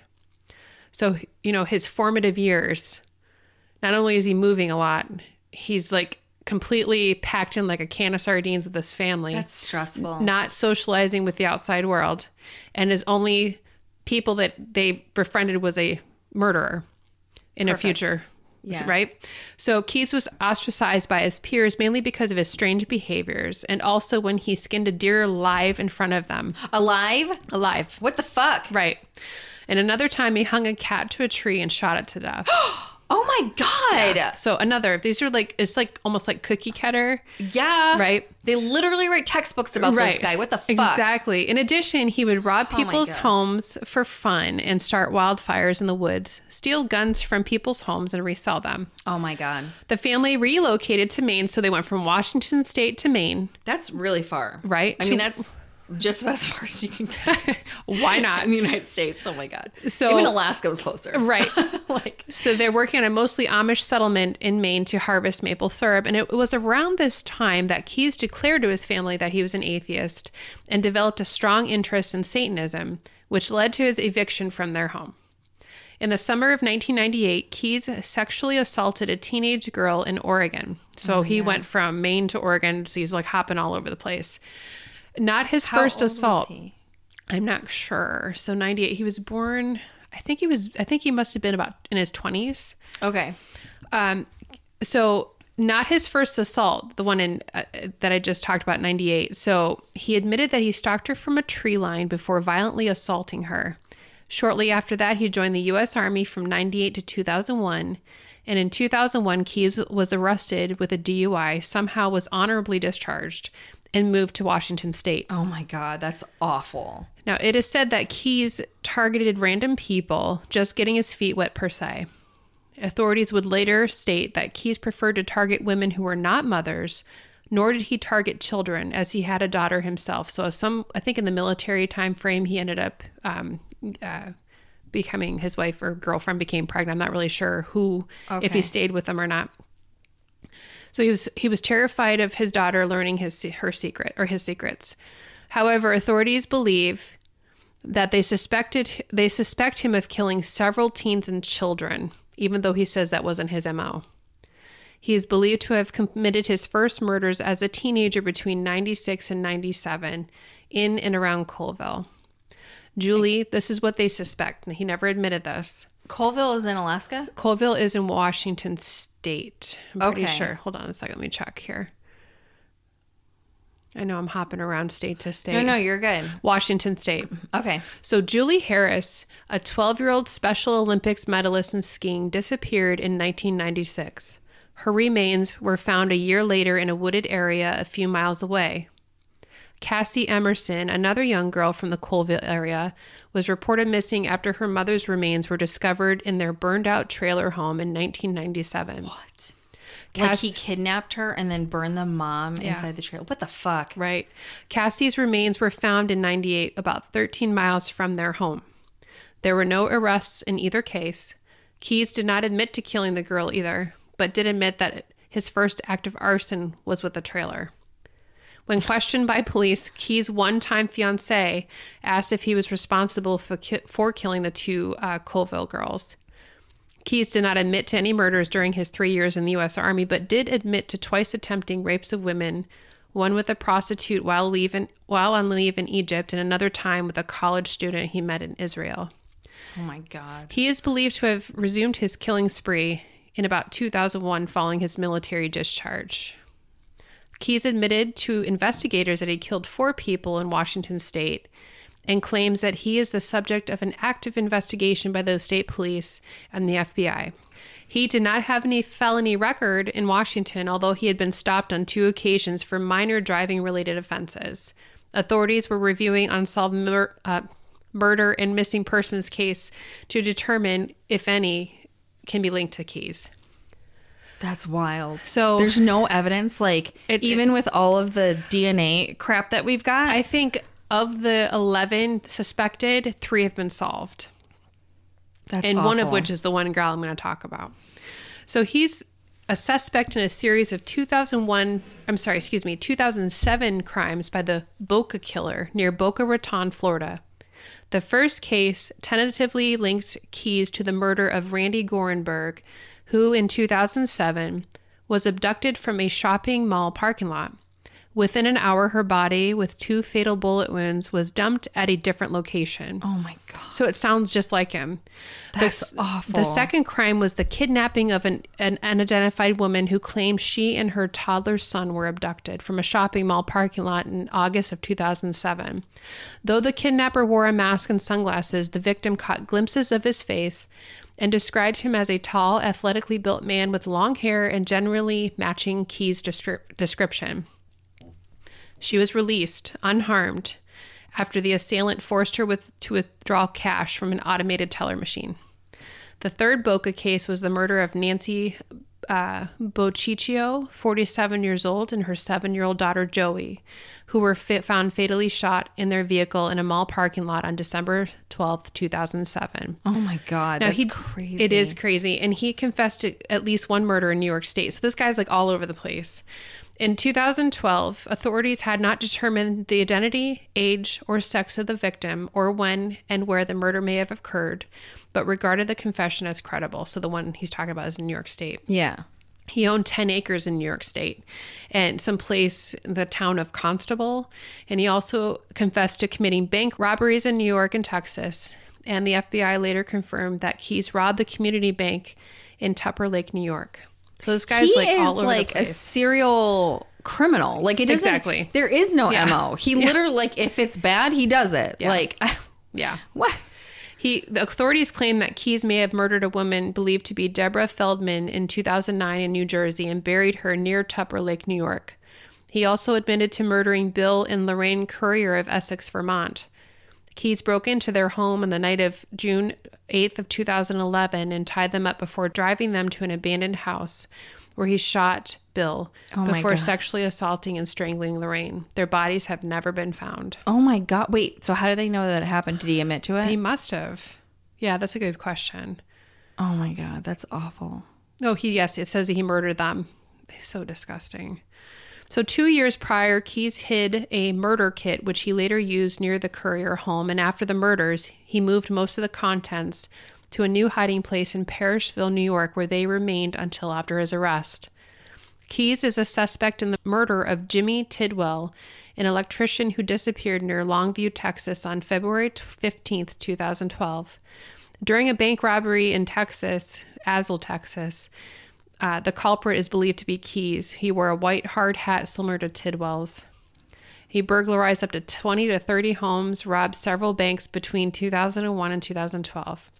So, you know, his formative years, not only is he moving a lot, he's like completely packed in like a can of sardines with his family, That's stressful. not socializing with the outside world. And his only people that they befriended was a murderer in a future. Yeah. Right? So Keyes was ostracized by his peers mainly because of his strange behaviors and also when he skinned a deer live in front of them. Alive? Alive. What the fuck? Right. And another time he hung a cat to a tree and shot it to death. Oh my god. so another, these are like it's like almost like cookie cutter, Yeah. right? They literally write textbooks about this guy. What the fuck? Oh Exactly. In addition, he would rob my people's God. homes for fun and start wildfires in the woods, steal guns from people's homes and resell them. Oh my god. The family relocated to Maine, so they went from Washington state to Maine, That's really far. Right? I To- mean, that's just about as far as you can get. Why not? In the United States. Oh my god. So- even Alaska was closer. right? like So they're working on a mostly Amish settlement in Maine to harvest maple syrup. And it was around this time that Keyes declared to his family that he was an atheist and developed a strong interest in Satanism, which led to his eviction from their home. In the summer of 1998, Keyes sexually assaulted a teenage girl in Oregon. Oh, So he went from Maine to Oregon. So he's like hopping all over the place. Not his how first old was assault. he? I'm not sure. So 98, he was born, I think he was, I think he must have been about in his 20s. Okay. Um, so not his first assault, the one in uh, that I just talked about, 98. So he admitted that he stalked her from a tree line before violently assaulting her. Shortly after that, he joined the U.S. Army from 98 to 2001. And in 2001, Keyes was arrested with a DUI, somehow was honorably discharged, and moved to Washington state. Oh my god, that's awful. Now, it is said that Keyes targeted random people, just getting his feet wet per se. Authorities would later state that Keyes preferred to target women who were not mothers, nor did he target children as he had a daughter himself. So some, I think in the military time frame, he ended up um, uh, becoming his wife or girlfriend became pregnant. I'm not really sure who, if Okay. he stayed with them or not. So he was he was terrified of his daughter learning his her secret or his secrets. However, authorities believe that they suspected they suspect him of killing several teens and children, even though he says that wasn't his MO. He is believed to have committed his first murders as a teenager between 96 and 97 in and around Colville. Julie, this is what they suspect. and He never admitted this. Colville is in Alaska. Colville is in Washington state. I'm pretty Okay. sure. Hold on a second. Let me check here. I know I'm hopping around state to state. No, no, you're good. Washington state. Okay. So, Julie Harris, a 12 year old Special Olympics medalist in skiing, disappeared in 1996. Her remains were found a year later in a wooded area a few miles away. Cassie Emerson, another young girl from the Colville area, was reported missing after her mother's remains were discovered in their burned out trailer home in 1997. What? Like Cass- he kidnapped her and then burned the mom inside the trailer. What the fuck? Right. Cassie's remains were found in 98, about 13 miles from their home. There were no arrests in either case. Keyes did not admit to killing the girl either, but did admit that his first act of arson was with a trailer. When questioned by police, Keyes' one time fiance asked if he was responsible for, ki- for killing the two uh, Colville girls. Keyes did not admit to any murders during his three years in the U.S. Army, but did admit to twice attempting rapes of women, one with a prostitute while, leave in, while on leave in Egypt, and another time with a college student he met in Israel. Oh my god. He is believed to have resumed his killing spree in about 2001 following his military discharge. Keyes admitted to investigators that he killed four people in Washington state and claims that he is the subject of an active investigation by the state police and the FBI. He did not have any felony record in Washington, although he had been stopped on two occasions for minor driving related offenses. Authorities were reviewing unsolved mur- uh, murder and missing persons case to determine if any can be linked to Keyes. That's wild. So- there's no evidence. Like It- even with all of the DNA crap that we've got. I think of the 11 suspected, three have been solved. that's and one of awful. which is the one girl I'm going to talk about. So he's a suspect in a series of 2001, I'm sorry, excuse me, 2007 crimes by the Boca Killer near Boca Raton, Florida. The first case tentatively links Keys to the murder of Randy Gorenberg, who in 2007 was abducted from a shopping mall parking lot. Within an hour, her body, with two fatal bullet wounds, was dumped at a different location. Oh my god. So it sounds just like him. That's the, s- awful. The second crime was the kidnapping of an, an unidentified woman who claimed she and her toddler son were abducted from a shopping mall parking lot in August of 2007. Though the kidnapper wore a mask and sunglasses, the victim caught glimpses of his face and described him as a tall, athletically built man with long hair and generally matching Key's descri- description. She was released unharmed after the assailant forced her with, to withdraw cash from an automated teller machine. The third Boca case was the murder of Nancy uh, Bociccio, 47 years old, and her seven year old daughter Joey, who were fit, found fatally shot in their vehicle in a mall parking lot on December 12, 2007. Oh my god. that's he- crazy. It is crazy. And he confessed to at least one murder in New York State. So this guy's like all over the place. In 2012, authorities had not determined the identity, age, or sex of the victim or when and where the murder may have occurred, but regarded the confession as credible. So the one he's talking about is in New York State Yeah. he owned 10 acres in New York State and someplace in the town of Constable. And he also confessed to committing bank robberies in New York and Texas. And the FBI later confirmed that Keyes robbed the community bank in Tupper Lake, New York. So this guy's he like is all over like the a place. serial criminal. Like it doesn't. Exactly. There is no mo. He literally like if it's bad, he does it. Like yeah. what? He, the authorities claim that Keyes may have murdered a woman believed to be Deborah Feldman in 2009 in New Jersey and buried her near Tupper Lake, New York. He also admitted to murdering Bill and Lorraine Courier of Essex, Vermont. Keyes broke into their home on the night of June 8th of 2011 and tied them up before driving them to an abandoned house where he shot Bill Oh my before God. sexually assaulting and strangling Lorraine. Their bodies have never been found. Oh my God. Wait, so how do they know that it happened? Did he admit to it? He must have. Yeah, that's a good question. oh my God. That's awful. Oh, he yes, it says he murdered them. So disgusting. So two years prior, Keyes hid a murder kit which he later used near the Courier home, and after the murders, he moved most of the contents to a new hiding place in Parrishville, New York, where they remained until after his arrest. Keyes is a suspect in the murder of Jimmy Tidwell, an electrician who disappeared near Longview, Texas on February 15, 2012. During a bank robbery in Texas, Azle, Texas, uh, the culprit is believed to be Keyes. He wore a white hard hat similar to Tidwell's. He burglarized up to 20 to 30 homes, robbed several banks between 2001 and 2012.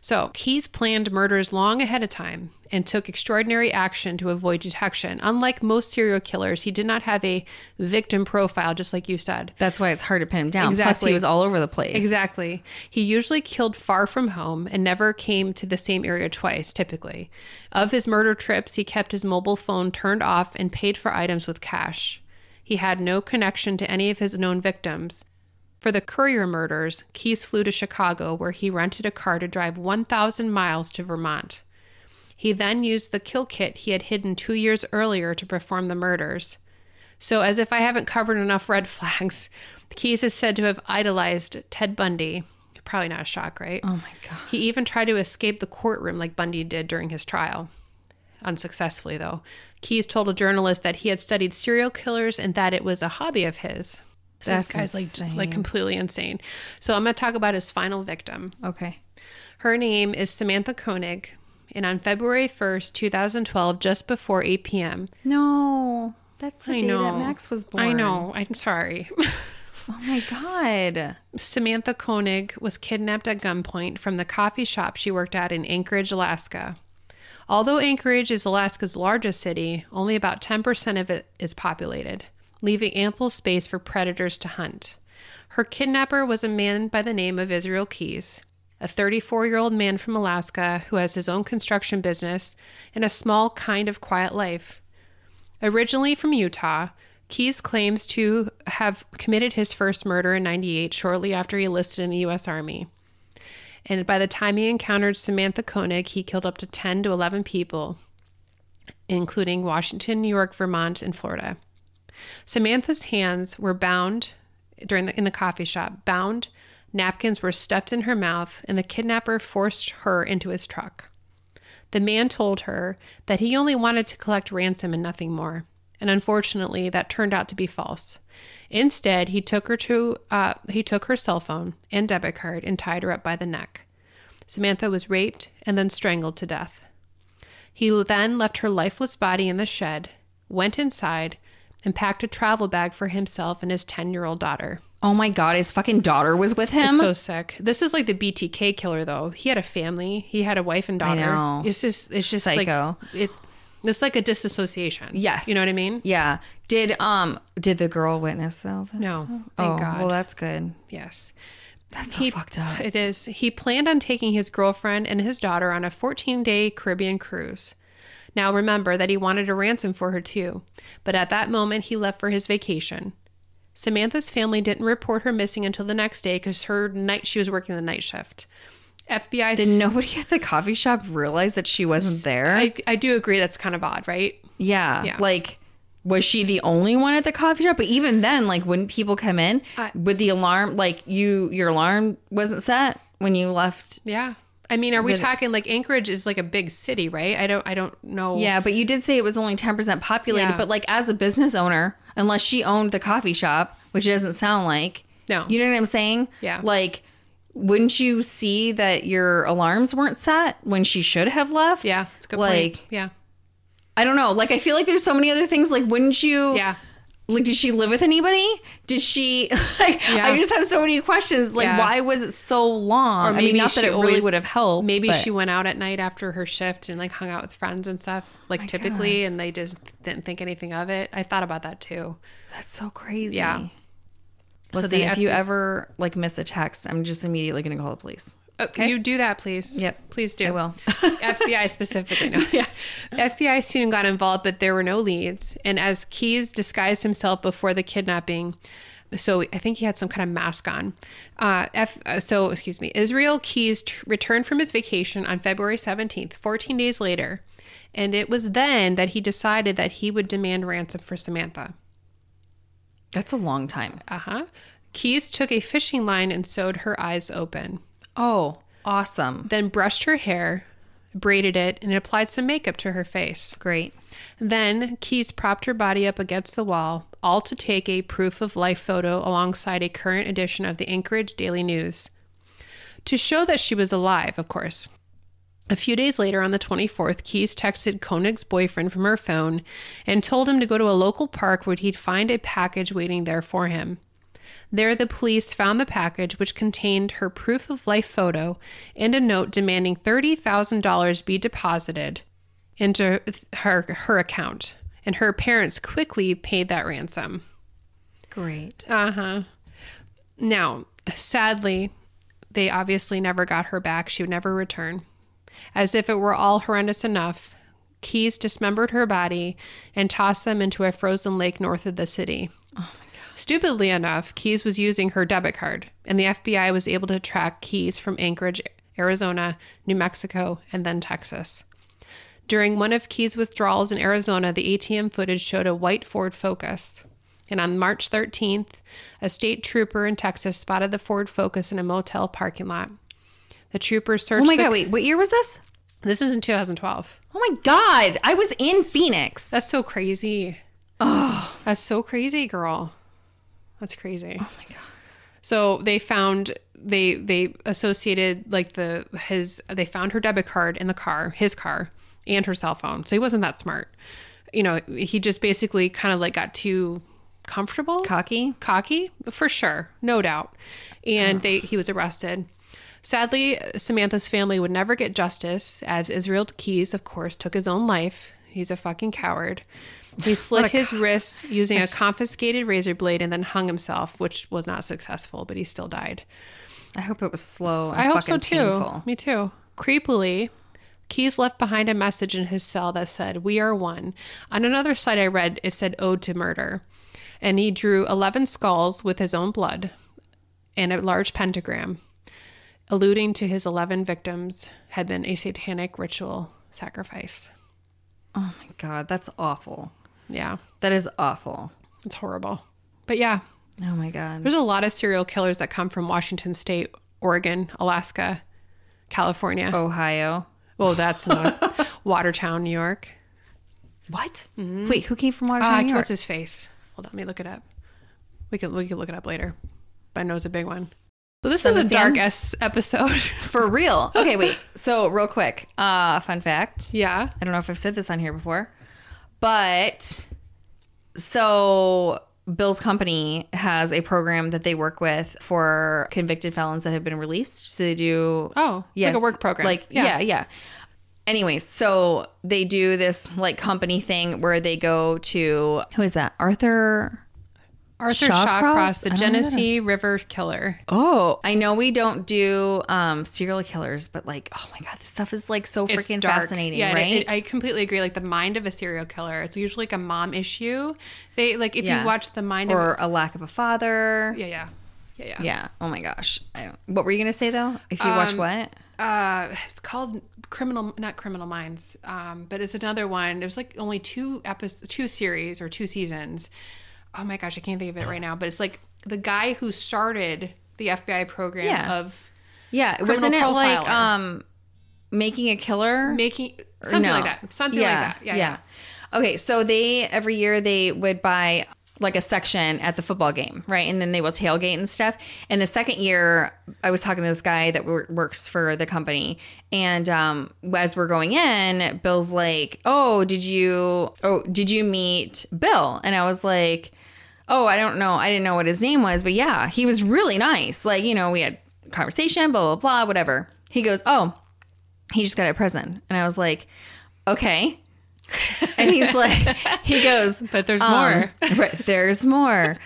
So, Keyes planned murders long ahead of time and took extraordinary action to avoid detection. Unlike most serial killers, he did not have a victim profile, just like you said. That's why it's hard to pin him down. Plus, Exactly. he was all over the place. Exactly. He usually killed far from home and never came to the same area twice, typically. Of his murder trips, he kept his mobile phone turned off and paid for items with cash. He had no connection to any of his known victims. For the Courier murders, Keyes flew to Chicago, where he rented a car to drive 1,000 miles to Vermont. He then used the kill kit he had hidden two years earlier to perform the murders. So, as if I haven't covered enough red flags, Keyes is said to have idolized Ted Bundy. Probably not a shock, right? Oh my God. He even tried to escape the courtroom like Bundy did during his trial. Unsuccessfully, though. Keyes told a journalist that he had studied serial killers and that it was a hobby of his. So That's this guy's like, insane. like completely insane. So I'm going to talk about his final victim. Okay. Her name is Samantha Koenig. And on February 1st, 2012, just before 8 p.m., No. That's the I day know. that Max was born. I know. I'm sorry. Oh my God. Samantha Koenig was kidnapped at gunpoint from the coffee shop she worked at in Anchorage, Alaska. Although Anchorage is Alaska's largest city, only about 10% of it is populated, leaving ample space for predators to hunt. Her kidnapper was a man by the name of Israel Keys, a 34 year old man from Alaska who has his own construction business and a small, kind of quiet life. Originally from Utah, Keyes claims to have committed his first murder in 98 shortly after he enlisted in the U.S. Army. And by the time he encountered Samantha Koenig, he killed up to 10 to 11 people, including Washington, New York, Vermont, and Florida. Samantha's hands were bound during the, in the coffee shop, bound, napkins were stuffed in her mouth, and the kidnapper forced her into his truck. The man told her that he only wanted to collect ransom and nothing more. And unfortunately, that turned out to be false. Instead, he took her to uh, he took her cell phone and debit card and tied her up by the neck. Samantha was raped and then strangled to death. He then left her lifeless body in the shed, went inside, and packed a travel bag for himself and his 10-year-old daughter. Oh my God. His fucking daughter was with him. So sick. This is like the BTK killer, though. He had a family. He had a wife and daughter. know. It's just, it's just Psycho. like it's, it's like a disassociation. yes. you know what I mean. Yeah. Did um did the girl witness all this? No, oh, thank God. Well, that's good. Yes, That's so fucked up. it is. He planned on taking his girlfriend and his daughter on a 14-day Caribbean cruise. Now remember that he wanted a ransom for her too, but at that moment he left for his vacation. Samantha's family didn't report her missing until the next day because her night she was working the night shift. FBI Did nobody at the coffee shop realize that she wasn't there? I, I do agree that's kind of odd, right? yeah. Yeah. Like, was she the only one at the coffee shop? But even then, like, wouldn't people come in I- with the alarm? Like, you, your alarm wasn't set when you left. Yeah. I mean, are we Did- talking like Anchorage is like a big city, right? I don't I don't know. Yeah, but you did say it was only ten percent populated. Yeah. But like, as a business owner, unless she owned the coffee shop, which it doesn't sound like, No. you know what I'm saying? Yeah. Like, wouldn't you see that your alarms weren't set when she should have left? yeah, it's a good like, point. Yeah. I don't know. Like, I feel like there's so many other things. Like, wouldn't you? Yeah. Like, did she live with anybody? Did she? Like, Yeah. I just have so many questions. Like, Yeah. why was it so long? I mean, not that she it really always- would have helped. Maybe but- she went out at night after her shift and like hung out with friends and stuff, like typically, and they just didn't think anything of it. I thought about that too. That's so crazy. Yeah. So Listen, the if F- you ever like miss a text, I'm just immediately gonna call the police. Okay. You do that, please. Yep. Please do. I will. FBI specifically. No. Yes. FBI soon got involved, but there were no leads. And as Keys disguised himself before the kidnapping, so I think he had some kind of mask on. Uh, F, uh, so, excuse me. Israel Keys t- returned from his vacation on February 17th, 14 days later. And it was then that he decided that he would demand ransom for Samantha. That's a long time. Uh huh. Keys took a fishing line and sewed her eyes open. Oh, awesome. then brushed her hair, braided it, and applied some makeup to her face. Great. Then Keys propped her body up against the wall, all to take a proof of life photo alongside a current edition of the Anchorage Daily News. To show that she was alive, of course. A few days later, on the 24th, Keys texted Koenig's boyfriend from her phone and told him to go to a local park where he'd find a package waiting there for him. There, the police found the package, which contained her proof of life photo and a note demanding $30,000 be deposited into her, her account. And her parents quickly paid that ransom. Great. Uh huh. Now, sadly, they obviously never got her back. She would never return. As if it were all horrendous enough, Keys dismembered her body and tossed them into a frozen lake north of the city. Stupidly enough, Keys was using her debit card, and the FBI was able to track Keys from Anchorage, Arizona, New Mexico, and then Texas. During one of Key's withdrawals in Arizona, the ATM footage showed a white Ford Focus. And on March 13th, a state trooper in Texas spotted the Ford Focus in a motel parking lot. The trooper Oh searched. my the- God. Wait, what year was this? This is in 2012. Oh my God. I was in Phoenix. That's so crazy. Oh, that's so crazy, girl. That's crazy. Oh my god. So they found they they associated like the his they found her debit card in the car, his car, and her cell phone. So he wasn't that smart. You know, he just basically kind of like got too comfortable Cocky. cocky for sure no doubt and they he was arrested sadly samantha's family would never get justice as israel keys of course took his own life he's a fucking coward he slit his wrists using a confiscated razor blade and then hung himself which was not successful but he still died I hope it was slow. And i hope so fucking too Painful. me too creepily Keys left behind a message in his cell that said, We are one. On another site I read, it said, Ode to Murder. And he drew 11 skulls with his own blood and a large pentagram, alluding to his 11 victims had been a satanic ritual sacrifice. Oh my God. That's awful. Yeah, That is awful. it's horrible. But yeah, Oh my God. there's a lot of serial killers that come from Washington State, Oregon, Alaska, California. Oh, Ohio. Well, that's not Watertown, New York. What? Mm-hmm. Wait, who came from Watertown, Ah, New York? what's his face? Hold on, let me look it up. We can we can look it up later. But I know it's a big one. So this is a the end? dark s episode. For real. Okay, wait. So, real quick, uh, fun fact. yeah. I don't know if I've said this on here before, but so Bill's company has a program that they work with for convicted felons that have been released. So they do Oh, like a work program. Like yeah, yeah. Anyways, so they do this like company thing where they go to who is that? Arthur Arthur Shawcross? Shawcross, the I don't know who that is. Genesee River Killer. Oh, I know we don't do um serial killers, but like, oh my god, this stuff is like so It's freaking dark. fascinating, Yeah, and it- right? it- I completely agree. Like the mind of a serial killer, it's usually like a mom issue. They like if Yeah. you watch the mind of or a lack of a father. yeah, yeah, yeah, yeah. Yeah. Oh my gosh. I don't, what were you gonna say though? If you watch what? uh it's called criminal not criminal minds um but it's another one there's like only two episodes two series or two seasons oh my gosh i can't think of it right now but it's like the guy who started the fbi program Yeah. of Yeah. Criminal Wasn't it like Profiler. um making a killer? making Or something no? like that something like that yeah, yeah Okay, so they every year they would buy like a section at the football game, right? And then they will tailgate and stuff. And the second year, I was talking to this guy that wor- works for the company, and um, as we're going in, Bill's like, "Oh, did you? Oh, did you meet Bill?" And I was like, "Oh, I don't know. I didn't know what his name was, but yeah, he was really nice. Like, you know, we had conversation, blah blah blah, whatever." He goes, "Oh, he just got out of prison," and I was like, "Okay." and he's like, he goes, but there's um, more right, there's more.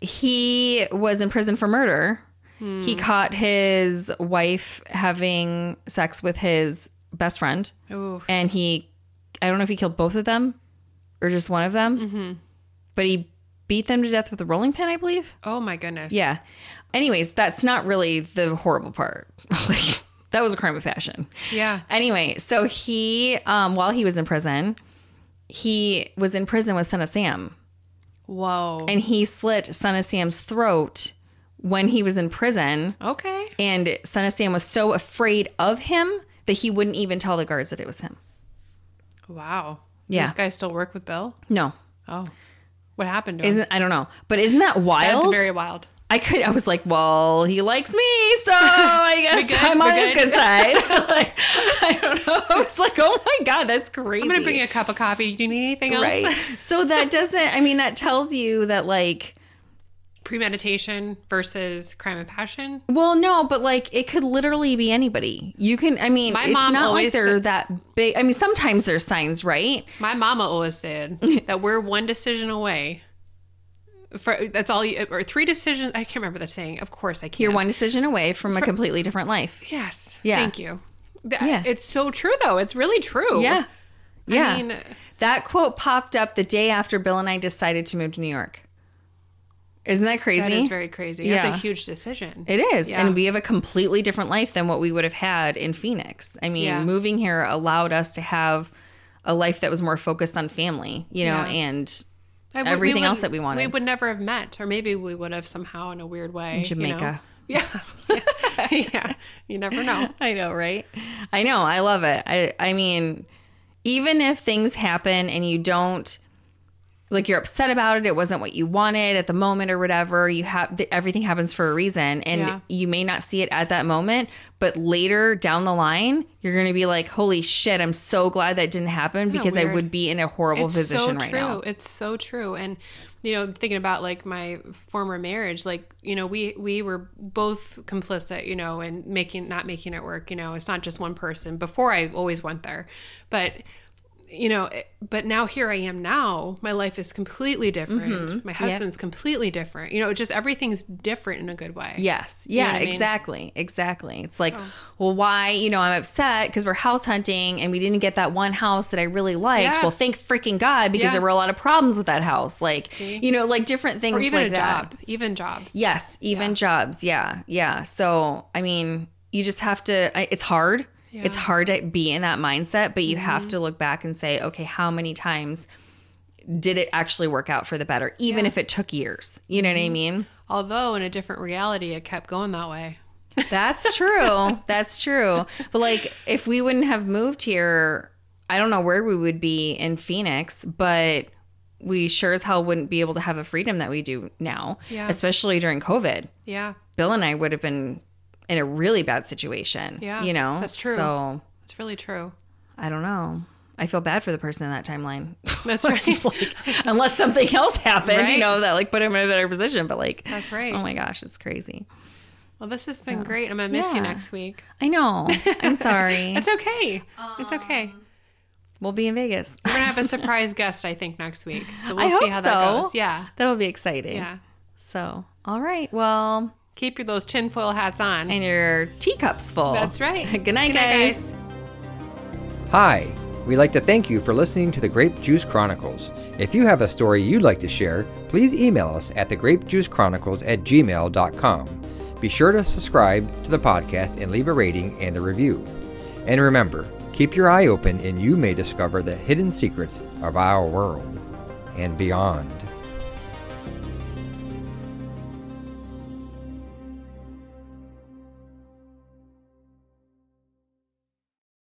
He was in prison for murder. Hmm. He caught his wife having sex with his best friend, Ooh. and he, I don't know if he killed both of them or just one of them, Mm-hmm. but he beat them to death with a rolling pin, I believe. Oh my goodness. Yeah. Anyways, that's not really the horrible part. like, that was a crime of passion. Yeah. Anyway, so he, um, while he was in prison, he was in prison with Son of Sam, Whoa. and he slit Son of Sam's throat when he was in prison. okay. And Son of Sam was so afraid of him that he wouldn't even tell the guards that it was him. Wow. Yeah. This guy still work with Bill? No, Oh. What happened to him? isn't I don't know, but isn't that wild? That's very wild. I could. I was like, well, he likes me, so I guess good, I'm we're on his good. good side. like, I don't know. I was like, oh my god, that's crazy. I'm going to bring you a cup of coffee. Do you need anything else? right. so that doesn't. I mean, that tells you that like. Premeditation versus crime and passion. Well, no, but like it could literally be anybody. You can. I mean, My it's mom not like always they're said- that big. I mean, sometimes there's signs, right? My mama always said that we're one decision away. For, that's all you, or three decisions. I can't remember the saying. Of course, I can't. You're one decision away from a completely different life. Yes. Yeah. Thank you. Th- Yeah. It's so true, though. It's really true. Yeah. Yeah. I mean, That quote popped up the day after Bill and I decided to move to New York. Isn't that crazy? that is very crazy. That's Yeah. a huge decision. It is. Yeah. And we have a completely different life than what we would have had in Phoenix. I mean, Yeah. moving here allowed us to have a life that was more focused on family, you know, Yeah. and I would- everything wouldn't- else that we wanted. We would never have met, or maybe we would have somehow in a weird way. you know? Jamaica. Yeah. yeah. You never know. I know, right? I know. I love it. I I mean, even if things happen and you don't like you're upset about it, it wasn't what you wanted at the moment or whatever, you have th- everything happens for a reason and Yeah. you may not see it at that moment, but later down the line, you're going to be like, "Holy shit, I'm so glad that didn't happen because I weird. would be in a horrible position right true. now." It's so true. And you know, thinking about like my former marriage, like you know, we we were both complicit, you know, and making not making it work. You know, it's not just one person. Before I always went there, but you know, it- but now here I am. Now my life is completely different. Mm-hmm. My husband's completely different. You know, just everything's different in a good way. Yes. know Yeah, what I mean? Oh. exactly. Exactly. It's like, well, why, you know, I'm upset because we're house hunting and we didn't get that one house that I really liked. Yeah. Well, thank freaking God because Yeah. there were a lot of problems with that house. Like, you know, like different things Or even like a that. job, even jobs. Yes, even jobs. Yeah. Yeah. So, I mean, you just have to I- it's hard. It's hard to be in that mindset, but you Mm-hmm. have to look back and say, okay, how many times did it actually work out for the better, even if it took years? You know what Mm-hmm. I mean? Although in a different reality, it kept going that way. That's true. That's true. But like, if we wouldn't have moved here, I don't know where we would be in Phoenix, but we sure as hell wouldn't be able to have the freedom that we do now, Yeah. especially during COVID. Yeah, Bill and I would have been in a really bad situation. Yeah, You know? that's true. So it's really true. I don't know. I feel bad for the person in that timeline. That's right. like, unless something else happened, you Right. know, that like put him in a better position. But like, That's right. Oh my gosh, it's crazy. Well, this has been great. I'm gonna miss yeah. you next week. I know. I'm sorry. It's okay. it's okay. we'll be in Vegas. We're gonna have a surprise guest, I think, next week. So we'll I see hope how that so. goes. Yeah, That'll be exciting. yeah. So, all right. Well, Keep your those tinfoil hats on. and your teacups full. That's right. Good night, guys. Hi, we'd like to thank you for listening to the Grape Juice Chronicles. If you have a story you'd like to share, please email us at thegrapejuicechronicles at gmail.com. Be sure to subscribe to the podcast and leave a rating and a review. And remember, keep your eye open and you may discover the hidden secrets of our world and beyond.